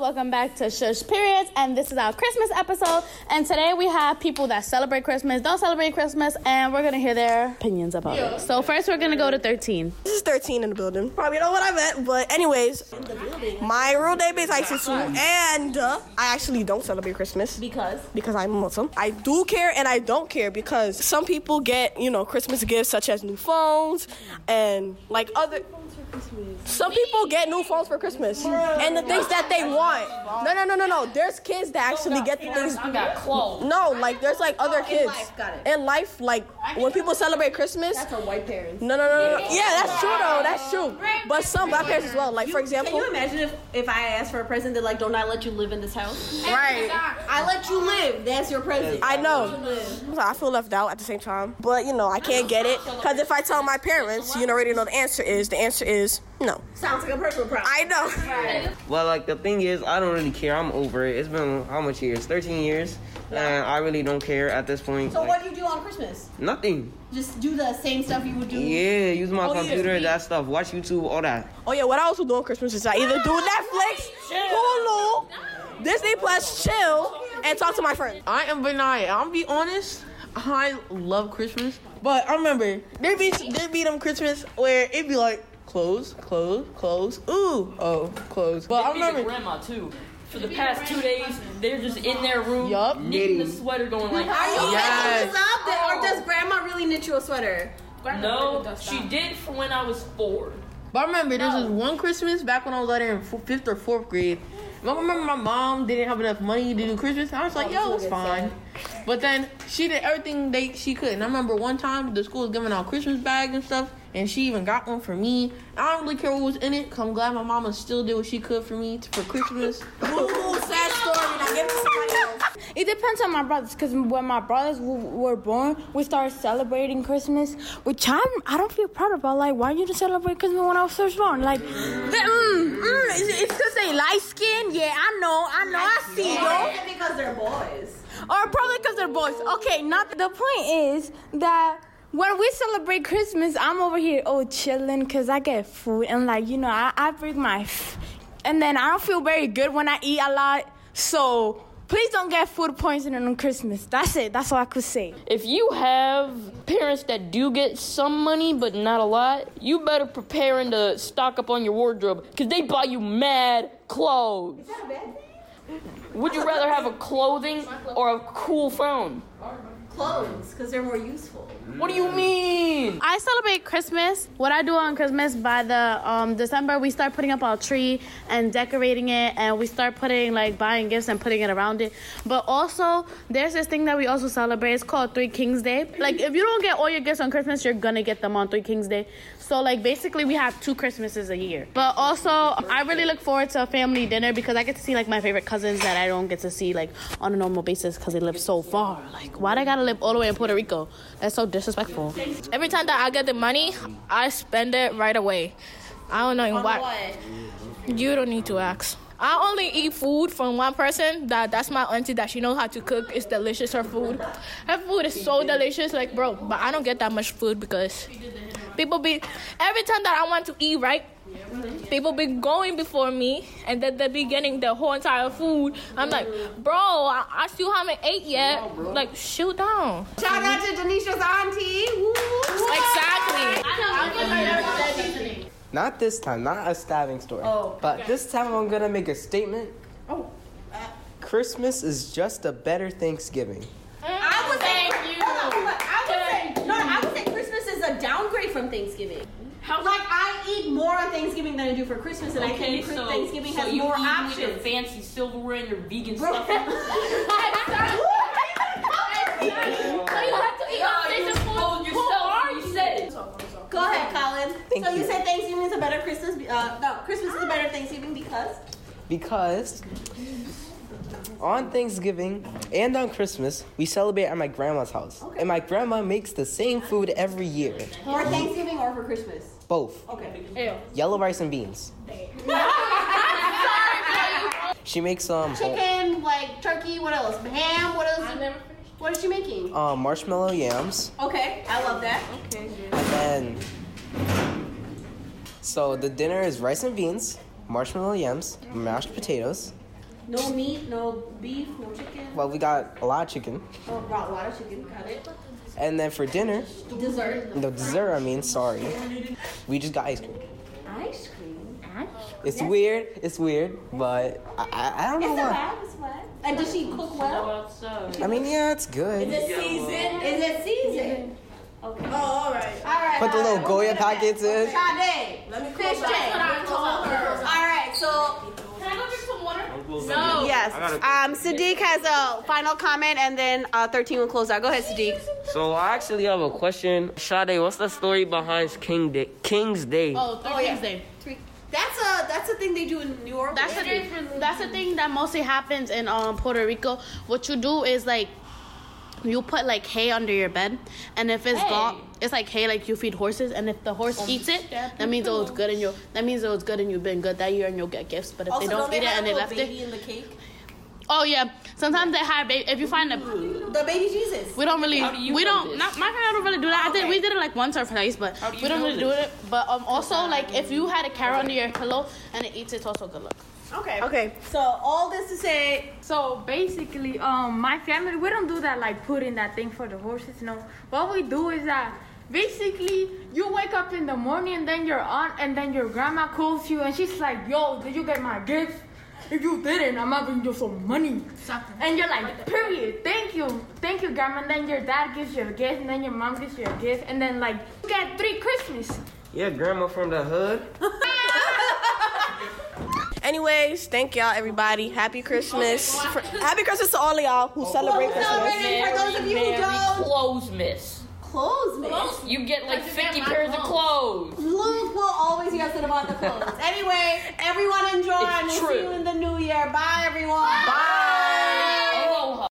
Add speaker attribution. Speaker 1: welcome back to Shush Periods, and this is our Christmas episode. And today we have people that celebrate Christmas, don't celebrate Christmas, and we're gonna hear their opinions about it. So first, we're gonna go to 13.
Speaker 2: This is 13 in the building. Probably know what I meant, but anyways, my real name is Isis and uh, I actually don't celebrate Christmas
Speaker 3: Because
Speaker 2: because I'm Muslim. I do care and I don't care because some people get, you know, Christmas gifts such as new phones and like other. Some people get new phones for Christmas and the things that they want. No, no, no, no, no. There's kids that actually get the things.
Speaker 3: I got clothes. Oh,
Speaker 2: No, like there's like other kids
Speaker 3: life, got it.
Speaker 2: in life. Like when people celebrate Christmas,
Speaker 3: That's a white parents.
Speaker 2: no, no, no, no, no. Yeah, that's true though. That's true. But some black parents as well. Like for
Speaker 3: Can
Speaker 2: example,
Speaker 3: you imagine if, if I asked for a present, they're like, don't I let you live in this house?
Speaker 2: right?
Speaker 3: I let you live. That's your present.
Speaker 2: I know. I feel left out at the same time, but you know I can't get it because if I tell my parents, you already know the answer is the answer is no.
Speaker 3: Sounds like a personal problem.
Speaker 2: I know.
Speaker 4: Well, like the thing is, I don't really care. I'm over it. It's been how much years? 13 years, and I really don't care at this point.
Speaker 3: So
Speaker 4: Like,
Speaker 3: what do you do on Christmas?
Speaker 4: Nothing.
Speaker 3: Just do the same stuff you would do.
Speaker 4: Yeah, use my
Speaker 2: Oh, yeah.
Speaker 4: computer, that stuff, watch YouTube, all that.
Speaker 2: Oh yeah, what I also do on Christmas is I either do Netflix, Hulu, Disney Plus, chill, and talk to my friends.
Speaker 5: I am Benaya. I'm be honest. I love Christmas, but I remember there be there be them Christmas where it be like clothes, clothes, clothes. Ooh, oh, clothes. But I
Speaker 6: I mean, the
Speaker 5: remember.
Speaker 6: grandma too. For the past two days, they're just in their room,
Speaker 5: Yup.
Speaker 6: knitting the sweater, going like,
Speaker 3: Are you
Speaker 5: Yes.
Speaker 3: making this up, that- or does Grandma really knit you a sweater?
Speaker 6: "No, she did for when I was four.
Speaker 5: But I remember there was this one Christmas back when I was like in fo- fifth or fourth grade. I remember my mom didn't have enough money to do Christmas. and I was
Speaker 2: Oh,
Speaker 5: like, yo, it's fine. But then she did everything they she could. And I remember one time the school was giving out Christmas bags and stuff, and she even got one for me. I don't really care what was in it. i I'm glad my mama still did what she could for me t- for Christmas.
Speaker 2: Ooh, sad story. Now give it to somebody else.
Speaker 7: It depends on my brothers, because when my brothers w- were born, we started celebrating Christmas, which I'm, I don't feel proud about. Like, why you didn't celebrate Christmas when I was first born? Like, the, mm, mm, it's because they light skin. Yeah, I know, I know, I see you.
Speaker 3: Yeah, because they're boys.
Speaker 7: Or probably because they're boys. Okay, not the point is that when we celebrate Christmas, I'm over here, oh, chilling, because I get food and, like, you know, I, I bring my. F- and then I don't feel very good when I eat a lot. So please don't get food poisoning on Christmas. That's it. That's all I could say.
Speaker 6: If you have parents that do get some money but not a lot, you better preparing to stock up on your wardrobe because they buy you mad clothes. Is that a bad thing? Would you rather have a clothing or a cool phone?
Speaker 3: Clothes, because they're more useful.
Speaker 6: What do you mean?
Speaker 1: I celebrate Christmas. What I do on Christmas by the um, December, we start putting up our tree and decorating it, and we start putting like buying gifts and putting it around it. But also, there's this thing that we also celebrate. It's called Three Kings Day. Like, if you don't get all your gifts on Christmas, you're gonna get them on Three Kings Day. So, like, basically, we have two Christmases a year. But also, I really look forward to a family dinner because I get to see like my favorite cousins that I don't get to see like on a normal basis because they live so far. Like, why they gotta live all the way in Puerto Rico? That's so disrespectful.
Speaker 8: Every time that I get the money, I spend it right away. I don't know in what. You don't need to ask. I only eat food from one person. That that's my auntie. That she knows how to cook. It's delicious. Her food, her food is so delicious. Like bro, but I don't get that much food because people be every time that I want to eat right. People be going before me, and then they be getting the whole entire food. I'm like, bro, I, I still haven't ate yet. Like, shoot down.
Speaker 3: Shout out to Denisha's auntie. Woo.
Speaker 8: Exactly.
Speaker 4: Not this time, not a stabbing story.
Speaker 3: Oh,
Speaker 4: but this time I'm gonna make a statement.
Speaker 3: Oh.
Speaker 4: Christmas is just a better Thanksgiving.
Speaker 3: I would say, Hold on, but I would say, no, I would say Christmas is a downgrade from Thanksgiving.
Speaker 6: How
Speaker 3: Like I eat more on Thanksgiving than I do for Christmas, and I think Chris- Thanksgiving has more
Speaker 6: eat with your
Speaker 3: options.
Speaker 6: fancy silverware and your vegan
Speaker 3: Bro-
Speaker 6: stuff.
Speaker 3: Go ahead, Colin. so you. said Thanksgiving is a better Christmas. be- Uh, no, Christmas is a better Thanksgiving because
Speaker 4: Because on Thanksgiving and on Christmas, we celebrate at my grandma's house. And my grandma makes the same food every year.
Speaker 3: for Thanksgiving or for Christmas.
Speaker 4: Both.
Speaker 3: Okay.
Speaker 4: Yellow rice and beans. she makes um
Speaker 3: Chicken, like turkey. What else? Ham. What else? What is she making?
Speaker 4: uh, marshmallow yams
Speaker 3: Okay, I love that.
Speaker 4: and then so the dinner is rice and beans, marshmallow yams, mashed potatoes,
Speaker 3: No meat, no beef, no chicken.
Speaker 4: Well, we got a lot of chicken.
Speaker 3: Oh, brought water chicken. Got it.
Speaker 4: And then for dinner,
Speaker 3: Dessert.
Speaker 4: no dessert, I mean, sorry. We just got ice cream.
Speaker 3: Ice cream.
Speaker 4: It's weird, it's weird, but I, I, I don't know
Speaker 3: It's
Speaker 4: why.
Speaker 3: a It's what? And does she cook well?
Speaker 4: I mean, yeah, it's good.
Speaker 3: Is it seasoned? Okay. Oh, all right. All right.
Speaker 4: Put the little Goya packets in.
Speaker 3: Sade. Let me fish tank. All right. So.
Speaker 1: Oh,
Speaker 9: No.
Speaker 3: Yes. Um, Sadiq has a final comment, and then uh, 13 will close out. Go ahead, Sadiq.
Speaker 9: So I actually have a question. Sade, what's the story behind King Day? King's Day.
Speaker 1: Oh, Thursday.
Speaker 3: That's a that's a thing they do in New Orleans.
Speaker 1: That's the that's the thing that mostly happens in um Puerto Rico. What you do is like you put like hay under your bed, and if it's gone, it's like hay like you feed horses, and if the horse eats it, that means oh it's good and you that means oh it's good and you've been good that year and you'll get gifts. But if
Speaker 3: also,
Speaker 1: they Oh, don't, eat it
Speaker 3: have
Speaker 1: and they
Speaker 3: a
Speaker 1: left
Speaker 3: baby
Speaker 1: it,
Speaker 3: in the cake.
Speaker 1: oh yeah. Sometimes they hire baby. If you find a,
Speaker 3: The baby Jesus.
Speaker 1: we don't really,
Speaker 6: do you
Speaker 1: we
Speaker 6: know
Speaker 1: don't.
Speaker 6: this?
Speaker 1: Not my family don't really do that. I did. We did it like once or twice, but
Speaker 6: do you
Speaker 1: we don't
Speaker 6: know
Speaker 1: really do it. But um, also like if you had a carrot under your pillow and it eats, it's also good luck.
Speaker 3: Okay. Okay. So all this to say,
Speaker 7: So basically, um, my family we don't do that like putting that thing for the horses. No, what we do is that basically you wake up in the morning and then your aunt and then your grandma calls you and she's like, "Yo, did you get my gift? If you didn't, I'm having you some money." And you're like, "Period. Thank you, thank you, grandma." And then your dad gives you a gift and then your mom gives you a gift and then like you get three Christmas.
Speaker 9: Yeah, grandma from the hood.
Speaker 2: Anyways, thank y'all, everybody. Happy Christmas.
Speaker 3: Oh,
Speaker 2: For- happy Christmas to all of y'all who celebrate Christmas.
Speaker 3: celebrating for those of you who don't,
Speaker 6: clothes miss.
Speaker 3: clothes miss.
Speaker 6: You get like 50 pairs of clothes.
Speaker 3: Clothes will always be upset about the clothes. anyway, everyone enjoy,
Speaker 6: It's
Speaker 3: and we'll see
Speaker 6: true.
Speaker 3: you in the new year. Bye, everyone.